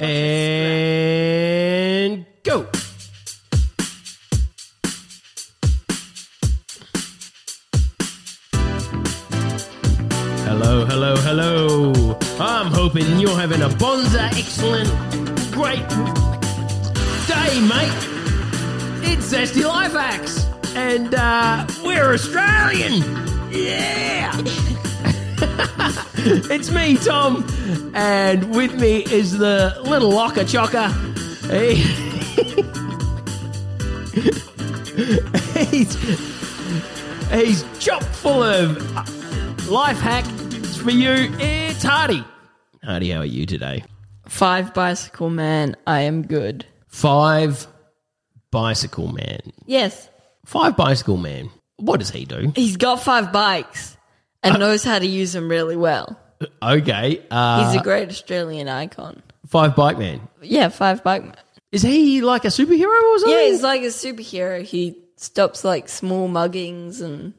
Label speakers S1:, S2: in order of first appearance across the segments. S1: And go. Hello, hello, hello. I'm hoping you're having a bonza, excellent, great day, mate. It's Zesty Life Hacks, and uh, we're Australian. Yeah. it's me, Tom, and with me is the little locker chocker. Hey. he's, he's chock full of life hack for you. It's Hardy. Hardy, how are you today?
S2: Five bicycle man, I am good.
S1: Five bicycle man.
S2: Yes,
S1: Five bicycle man. What does he do?
S2: he's got five bikes and knows how to use them really well.
S1: Okay, uh,
S2: He's a great Australian icon.
S1: five bike man.
S2: Yeah, five bike man.
S1: Is he like a superhero or something?
S2: Yeah, he's like a superhero. He stops like small muggings and,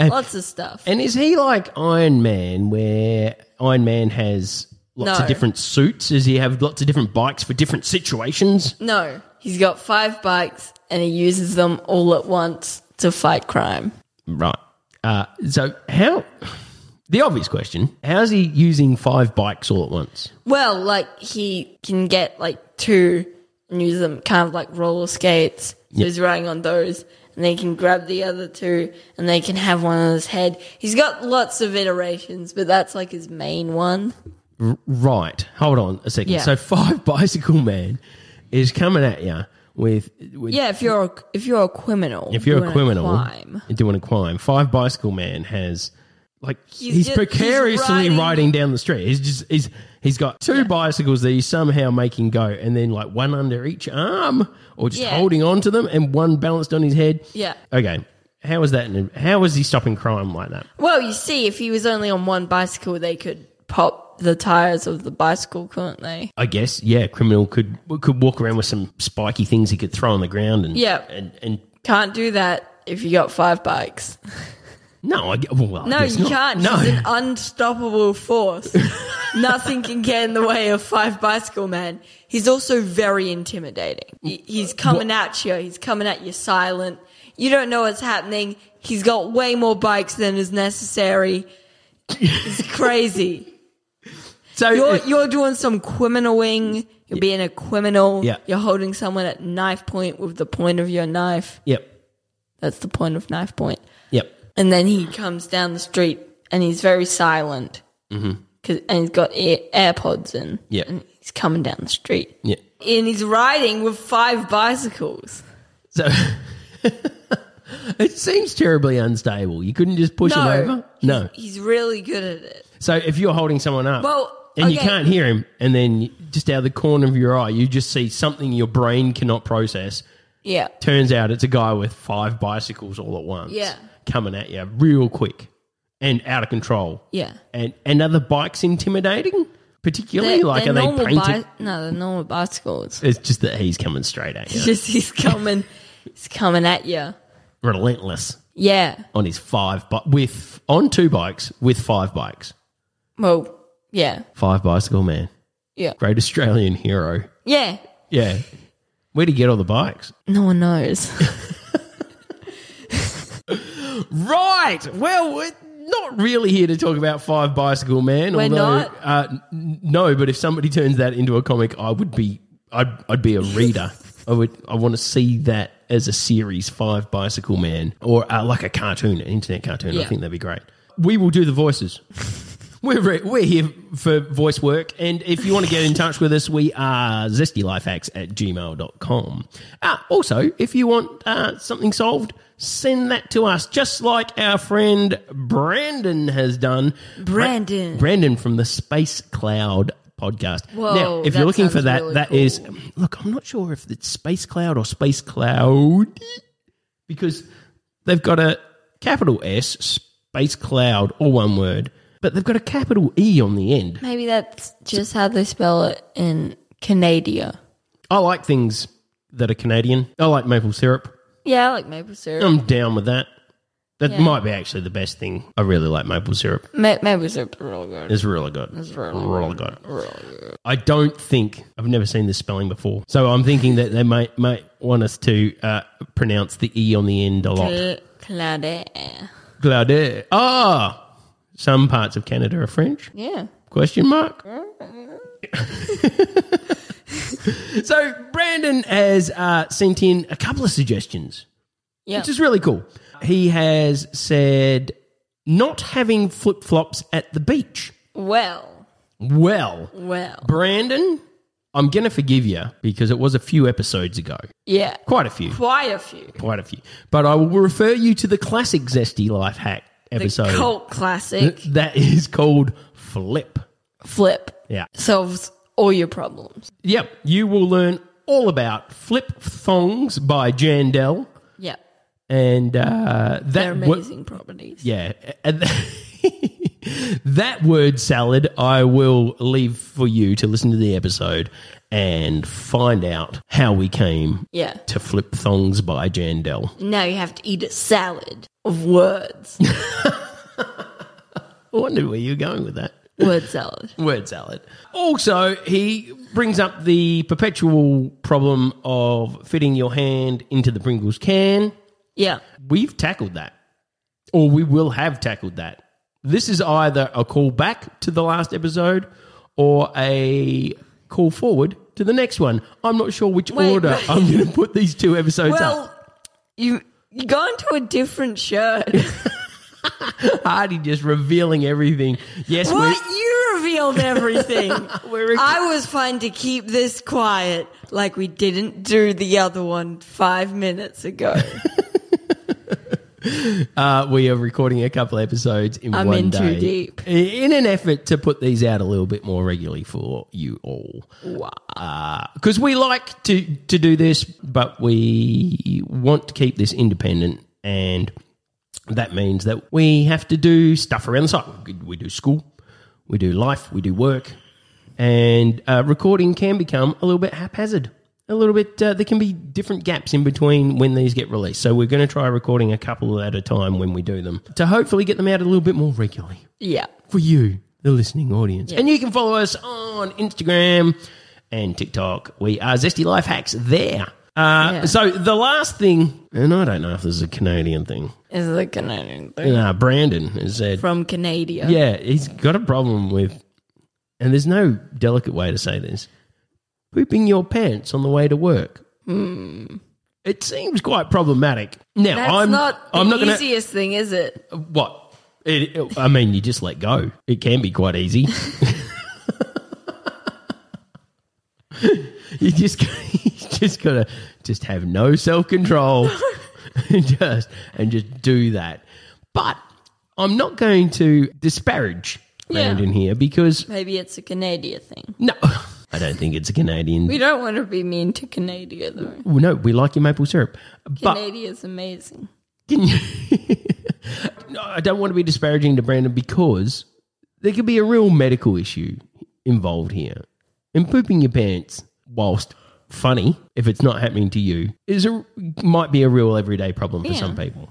S2: lots of stuff.
S1: And is he like Iron Man, where Iron Man has lots
S2: No.
S1: of different suits? Does he have lots of different bikes for different situations?
S2: no, he's got five bikes and he uses them all at once to fight crime.
S1: Right. Uh, so how? The obvious question: How's he using five bikes all at once?
S2: Well, like he can get like two and use them kind of like roller skates. So he's riding on those and they can grab the other two and they can have one on his head. He's got lots of iterations, but that's like his main one.
S1: Right. Hold on a second.
S2: Yeah.
S1: So five bicycle man is coming at you with with
S2: Yeah, if you're a, if you're a criminal,
S1: if you're
S2: doing
S1: a criminal
S2: crime.
S1: and doing a crime, five bicycle man has like he's,
S2: He's just- he's
S1: precariously riding.
S2: riding-
S1: down the street. He's just he's he's got two bicycles that he's somehow making go, and then like one under each arm or just
S2: Yeah.
S1: holding on to them, and one balanced on his head.
S2: Yeah.
S1: Okay. How is that? an- How is he stopping crime like that?
S2: Well, you see, if he was only on one bicycle, they could pop the tires of the bicycle, couldn't they?
S1: I guess yeah, criminal could could walk around with some spiky things he could throw on the ground and
S2: Yeah.
S1: and, and
S2: Can't do that if you got five bikes.
S1: no, I, gu- well, I
S2: No,
S1: guess
S2: you
S1: not.
S2: can't.
S1: No,
S2: She's an unstoppable force. Nothing can get in the way of Five Bicycle Man. He's also very intimidating. He- He's coming at you. He's coming at you silent. You don't know what's happening. He's got way more bikes than is necessary. It's crazy.
S1: so uh,
S2: You're you're doing some criminaling. You're being a criminal.
S1: Yeah.
S2: You're holding someone at knife point with the point of your knife.
S1: yep,
S2: That's the point of knife point.
S1: yep.
S2: And then he comes down the street and he's very silent. Mm-hmm. and he's got air, AirPods in.
S1: Yeah.
S2: And he's coming down the street.
S1: Yeah.
S2: And he's riding with five bicycles.
S1: So it seems terribly unstable. You couldn't just push
S2: no.
S1: him over. No.
S2: He's really good at it.
S1: So if you're holding someone up,
S2: Well,
S1: and you
S2: okay.
S1: can't hear him, and then you- just out of the corner of your eye, you just see something your brain cannot process.
S2: Yeah.
S1: Turns out it's a guy with five bicycles all at once.
S2: Yeah.
S1: Coming at you real quick and out of control.
S2: Yeah.
S1: And and are the bikes intimidating? Particularly like are they
S2: normal
S1: painted?
S2: bi- No, they're normal bicycles.
S1: it's just that he's coming straight at
S2: It's
S1: you,
S2: just he's coming he's coming at you.
S1: relentless.
S2: Yeah.
S1: on his five bi- with on two bikes with five bikes.
S2: Well, yeah.
S1: Five bicycle man,
S2: Yeah.
S1: great Australian hero.
S2: Yeah.
S1: Yeah, where'd he get all the bikes?
S2: No one knows.
S1: Right. Well, it- not really here to talk about Five Bicycle Man.
S2: We're
S1: although,
S2: not?
S1: Uh, n- no, but if somebody turns that into a comic, I would be. I'd, I'd be a reader. I would. I want to see that as a series, Five Bicycle Man, or uh, like a cartoon, an internet cartoon. I
S2: Yeah.
S1: think that'd be great. We will do the voices. We're, re- we're here for voice work. And if you want to get in touch with us, we are zestylifehacks at gmail.com. Uh, also, if you want uh, something solved, send that to us, just like our friend Brandon has done.
S2: Brandon.
S1: Bra- Brandon from the Space Cloud podcast.
S2: Whoa,
S1: now, if
S2: that
S1: you're looking for
S2: sounds
S1: that,
S2: really
S1: that
S2: cool.
S1: is. Look, I'm not sure if it's Space Cloud or Space Cloud because they've got a capital S space cloud, all one word, but they've got a capital E on the end.
S2: Maybe that's just how they spell it in Canada.
S1: I like things that are Canadian. I like maple syrup.
S2: Yeah, I like maple syrup.
S1: I'm down with that. That
S2: Yeah.
S1: might be actually the best thing. I really like maple syrup.
S2: Ma- maple syrup's real good.
S1: It's really good. It's
S2: really
S1: good.
S2: Real good.
S1: I don't think I've never seen this spelling before, so I'm thinking that they might might want us to uh, pronounce the e on the end a lot.
S2: Cl- Claudette.
S1: Claudette. Ah, some parts of Canada are French.
S2: Yeah.
S1: Question mark. so Brandon has uh, sent in a couple of suggestions,
S2: Yeah.
S1: which is really cool. He has said not having flip flops at the beach.
S2: well,
S1: Well,
S2: well.
S1: Brandon, I'm gonna forgive you because it was a few episodes ago,
S2: Yeah.
S1: quite a few,
S2: Quite a few.
S1: quite a few. But I will refer you to the classic Zesty Life Hack
S2: The
S1: episode
S2: cult classic
S1: that is called Flip.
S2: flip
S1: Yeah.
S2: solves all your problems.
S1: Yep, you will learn all about flip thongs by Jan Dell,
S2: Yeah.
S1: and uh, that
S2: They're
S1: wo-
S2: amazing properties.
S1: yeah, and that word salad I will leave for you to listen to the episode and find out how we came
S2: Yeah.
S1: to flip thongs by Jan Dell.
S2: Now you have to eat a salad of words.
S1: I wonder where you're going with that.
S2: Word salad.
S1: Word salad. Also, he brings up the perpetual problem of fitting your hand into the Pringles can.
S2: Yeah.
S1: we've tackled that, or we will have tackled that. This is either a call back to the last episode or a call forward to the next one. I'm not sure which
S2: Wait,
S1: order
S2: wait.
S1: I'm going to put these two episodes up.
S2: Well, you you got into a different shirt.
S1: Hardy just revealing everything. Yes,
S2: what?
S1: we
S2: You revealed everything.
S1: We're-
S2: I was fine to keep this quiet, like we didn't do the other one five minutes ago.
S1: uh, we are recording a couple episodes in
S2: I'm
S1: one
S2: in
S1: day.
S2: too deep.
S1: In an effort to put these out a little bit more regularly for you all. because we like to to do this, but we want to keep this independent, and that means that we have to do stuff around the site. We do school, we do life, we do work, and uh, recording can become a little bit haphazard. A little bit, uh, there can be different gaps in between when these get released. So we're going to try recording a couple at a time when we do them to hopefully get them out a little bit more regularly
S2: yeah.
S1: for you, the listening audience. And you can follow us on Instagram and TikTok. We are Zesty Life Hacks there. Uh,
S2: Yeah.
S1: So the last thing, and I don't know if this is a Canadian thing.
S2: Is the Canadian thing.
S1: Uh, Brandon has said,
S2: From Canada.
S1: yeah, he's got a problem with, and there's no delicate way to say this, pooping your pants on the way to work. It seems quite problematic. Now
S2: That's
S1: I'm
S2: not the
S1: I'm not going to
S2: easiest thing, is it?
S1: what? It, it- I mean, you just let go. It can be quite easy. you just you just gotta just have no self control, and just and just do that. But I'm not going to disparage
S2: Yeah.
S1: Brandon here because
S2: Maybe it's a Canadian thing.
S1: no, I don't think it's a Canadian.
S2: We don't want to be mean to Canada, though.
S1: no, we like your maple syrup, but
S2: Canada's amazing.
S1: Can you? no, I don't want to be disparaging to Brandon because there could be a real medical issue involved here. And pooping your pants, whilst funny, if it's not happening to you, is a might be a real everyday problem for
S2: Yeah.
S1: some people.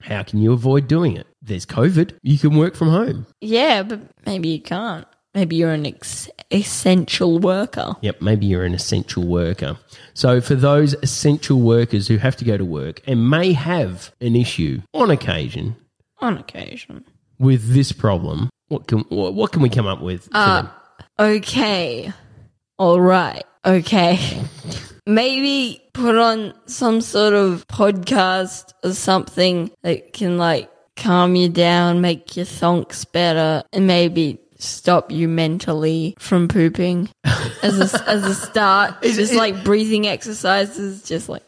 S1: How can you avoid doing it? There's COVID. You can work from home.
S2: Yeah, but maybe you can't. Maybe you're an ex- essential worker.
S1: Yep, maybe you're an essential worker. So, for those essential workers who have to go to work and may have an issue on occasion,
S2: On occasion.
S1: with this problem, what can what, what can we come up with? for them?
S2: Okay. All right. Okay. Maybe put on some sort of podcast or something that can like calm you down, make your thonks better, and maybe stop you mentally from pooping as a, as a start. just like breathing exercises, just like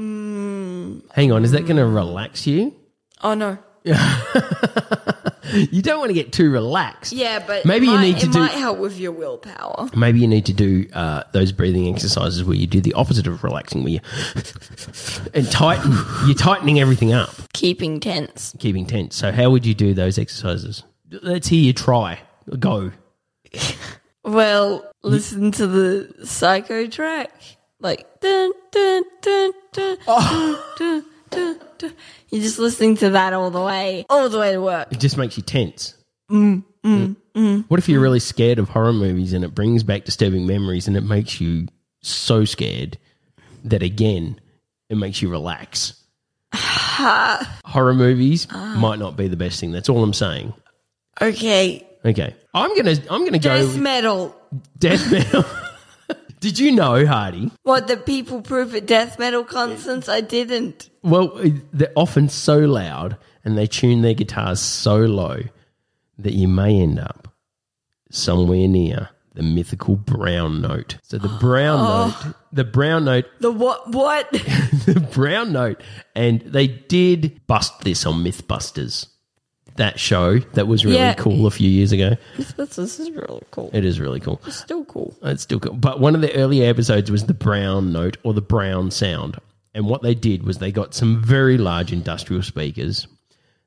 S1: Hang on, is that going to relax you?
S2: oh no.
S1: You don't want to get too relaxed.
S2: Yeah, but
S1: Maybe
S2: it
S1: you
S2: might-
S1: need to
S2: it
S1: do-
S2: might help with your willpower.
S1: Maybe you need to do uh, those breathing exercises where you do the opposite of relaxing, where you and tighten. You're tightening everything up,
S2: Keeping tense.
S1: keeping tense. So, how would you do those exercises? Let's hear you try. Go.
S2: Well, listen to the psycho track. Like dun dun dun dun, dun, dun, dun, dun. You're just listening to that all the way. All the way to work.
S1: It just makes you tense. Mm, mm, mm. What if you're really scared of horror movies and it brings back disturbing memories and it makes you so scared that again it makes you relax? horror movies might not be the best thing. That's all I'm saying.
S2: Okay.
S1: Okay, I'm gonna I'm gonna go
S2: Death
S1: with
S2: metal.
S1: death metal. Did you know, Hardy?
S2: What the people proof at death metal concerts? I didn't.
S1: Well, uh, they're often so loud and they tune their guitars so low that you may end up somewhere near the mythical brown note. So the brown note, the brown note,
S2: The what what?
S1: the brown note, and they did bust this on MythBusters. That show that was really
S2: Yeah.
S1: cool a few years ago.
S2: this, this is really cool.
S1: It is really cool.
S2: Still cool.
S1: It's still cool. But one of the early episodes was the brown note or the brown sound. And what they did was they got some very large industrial speakers.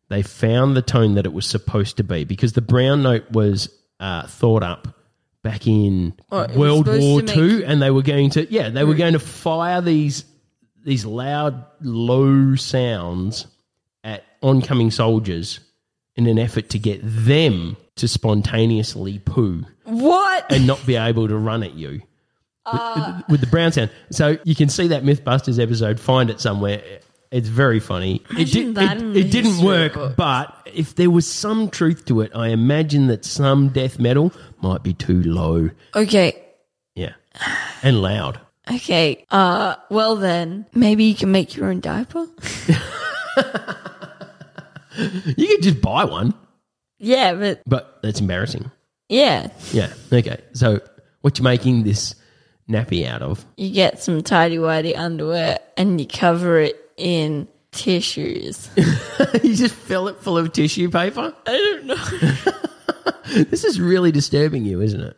S1: They found the tone that it was supposed to be because the brown note was uh, thought up back in
S2: Oh, it was
S1: World
S2: supposed
S1: War
S2: to make-
S1: Two, and they were going to yeah they were going to fire these these loud low sounds at oncoming soldiers in an effort to get them to spontaneously poo
S2: What?
S1: and not be able to run at you with, with the brown sound. So you can see that MythBusters episode. Find it somewhere. It's very funny. It, did,
S2: that
S1: it,
S2: in the
S1: it didn't
S2: history
S1: work,
S2: books.
S1: but if there was some truth to it, I imagine that some death metal might be too low.
S2: Okay.
S1: Yeah, and loud.
S2: Okay. Uh well then. Maybe you can make your own diaper?
S1: You could just buy one,
S2: Yeah, but
S1: but that's embarrassing.
S2: yeah.
S1: Yeah. Okay. So what you making this nappy out of?
S2: you get some tidy whitey underwear and you cover it in tissues.
S1: you just fill it full of tissue paper.
S2: I don't know.
S1: This is really disturbing you, isn't it?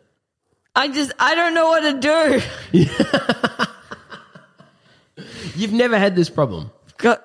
S2: I just I don't know what to do.
S1: You've never had this problem.
S2: Got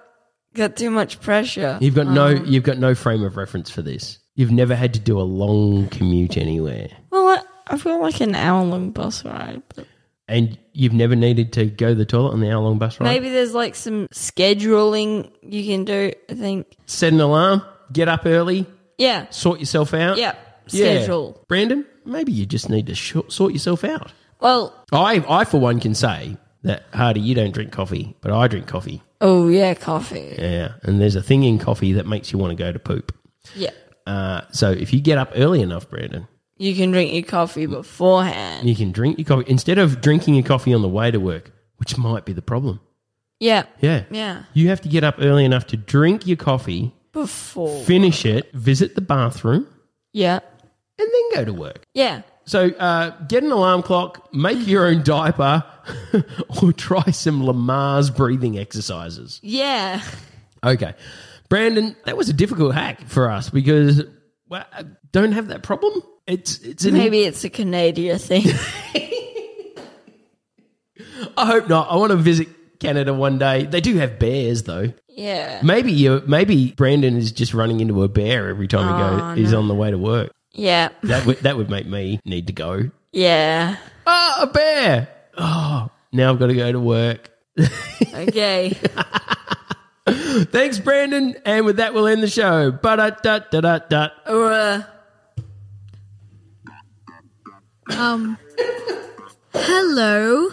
S2: got too much pressure.
S1: You've got no
S2: Mm.
S1: you've got no frame of reference for this. You've never had to do a long commute anywhere.
S2: Well, I, I've got like an hour long bus ride. But
S1: And you've never needed to go to the toilet on the hour long bus ride.
S2: maybe there's like some scheduling you can do. I think.
S1: Set an alarm, get up early,
S2: Yeah.
S1: sort yourself out.
S2: Yeah.
S1: Yeah.
S2: Schedule.
S1: Brandon, maybe you just need to sh- sort yourself out.
S2: Well.
S1: I I for one can say that Hardy, you don't drink coffee, but I drink coffee.
S2: Oh yeah, coffee.
S1: Yeah. And there's a thing in coffee that makes you want to go to poop.
S2: Yeah.
S1: Uh, so if you get up early enough, Brandon,
S2: You can drink your coffee beforehand.
S1: you can drink your coffee instead of drinking your coffee on the way to work, which might be the problem.
S2: Yeah.
S1: Yeah.
S2: Yeah.
S1: You have to get up early enough to drink your coffee,
S2: Before.
S1: finish it, visit the bathroom,
S2: Yeah.
S1: and then go to work.
S2: Yeah.
S1: So uh, get an alarm clock, make your own diaper, or try some Lamar's breathing exercises.
S2: Yeah.
S1: Okay. Brandon, that was a difficult hack for us because well, I don't have that problem. It's it's an,
S2: Maybe it's a Canadian thing.
S1: I hope not. I want to visit Canada one day. They do have bears though.
S2: Yeah.
S1: Maybe you maybe Brandon is just running into a bear every time he
S2: Oh,
S1: goes he's on the way to work.
S2: Yeah.
S1: That would that would make me need to go.
S2: Yeah.
S1: Ah, a bear! Oh, now I've got to go to work.
S2: Okay.
S1: Thanks, Brandon. And with that, we'll end the show. Ba da da da da da.
S2: or, uh,
S3: Hello.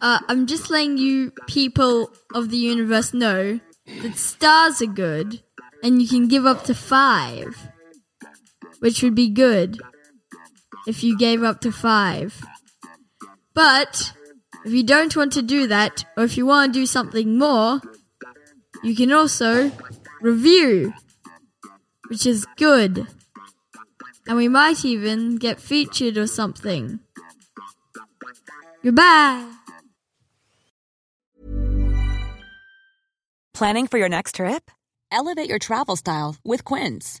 S3: Uh, I'm just letting you people of the universe know that stars are good and you can give up to five, which would be good if you gave up to five. But if you don't want to do that, or if you want to do something more, you can also review, which is good. And we might even get featured or something. Goodbye!
S4: Planning for your next trip? Elevate your travel style with Quince.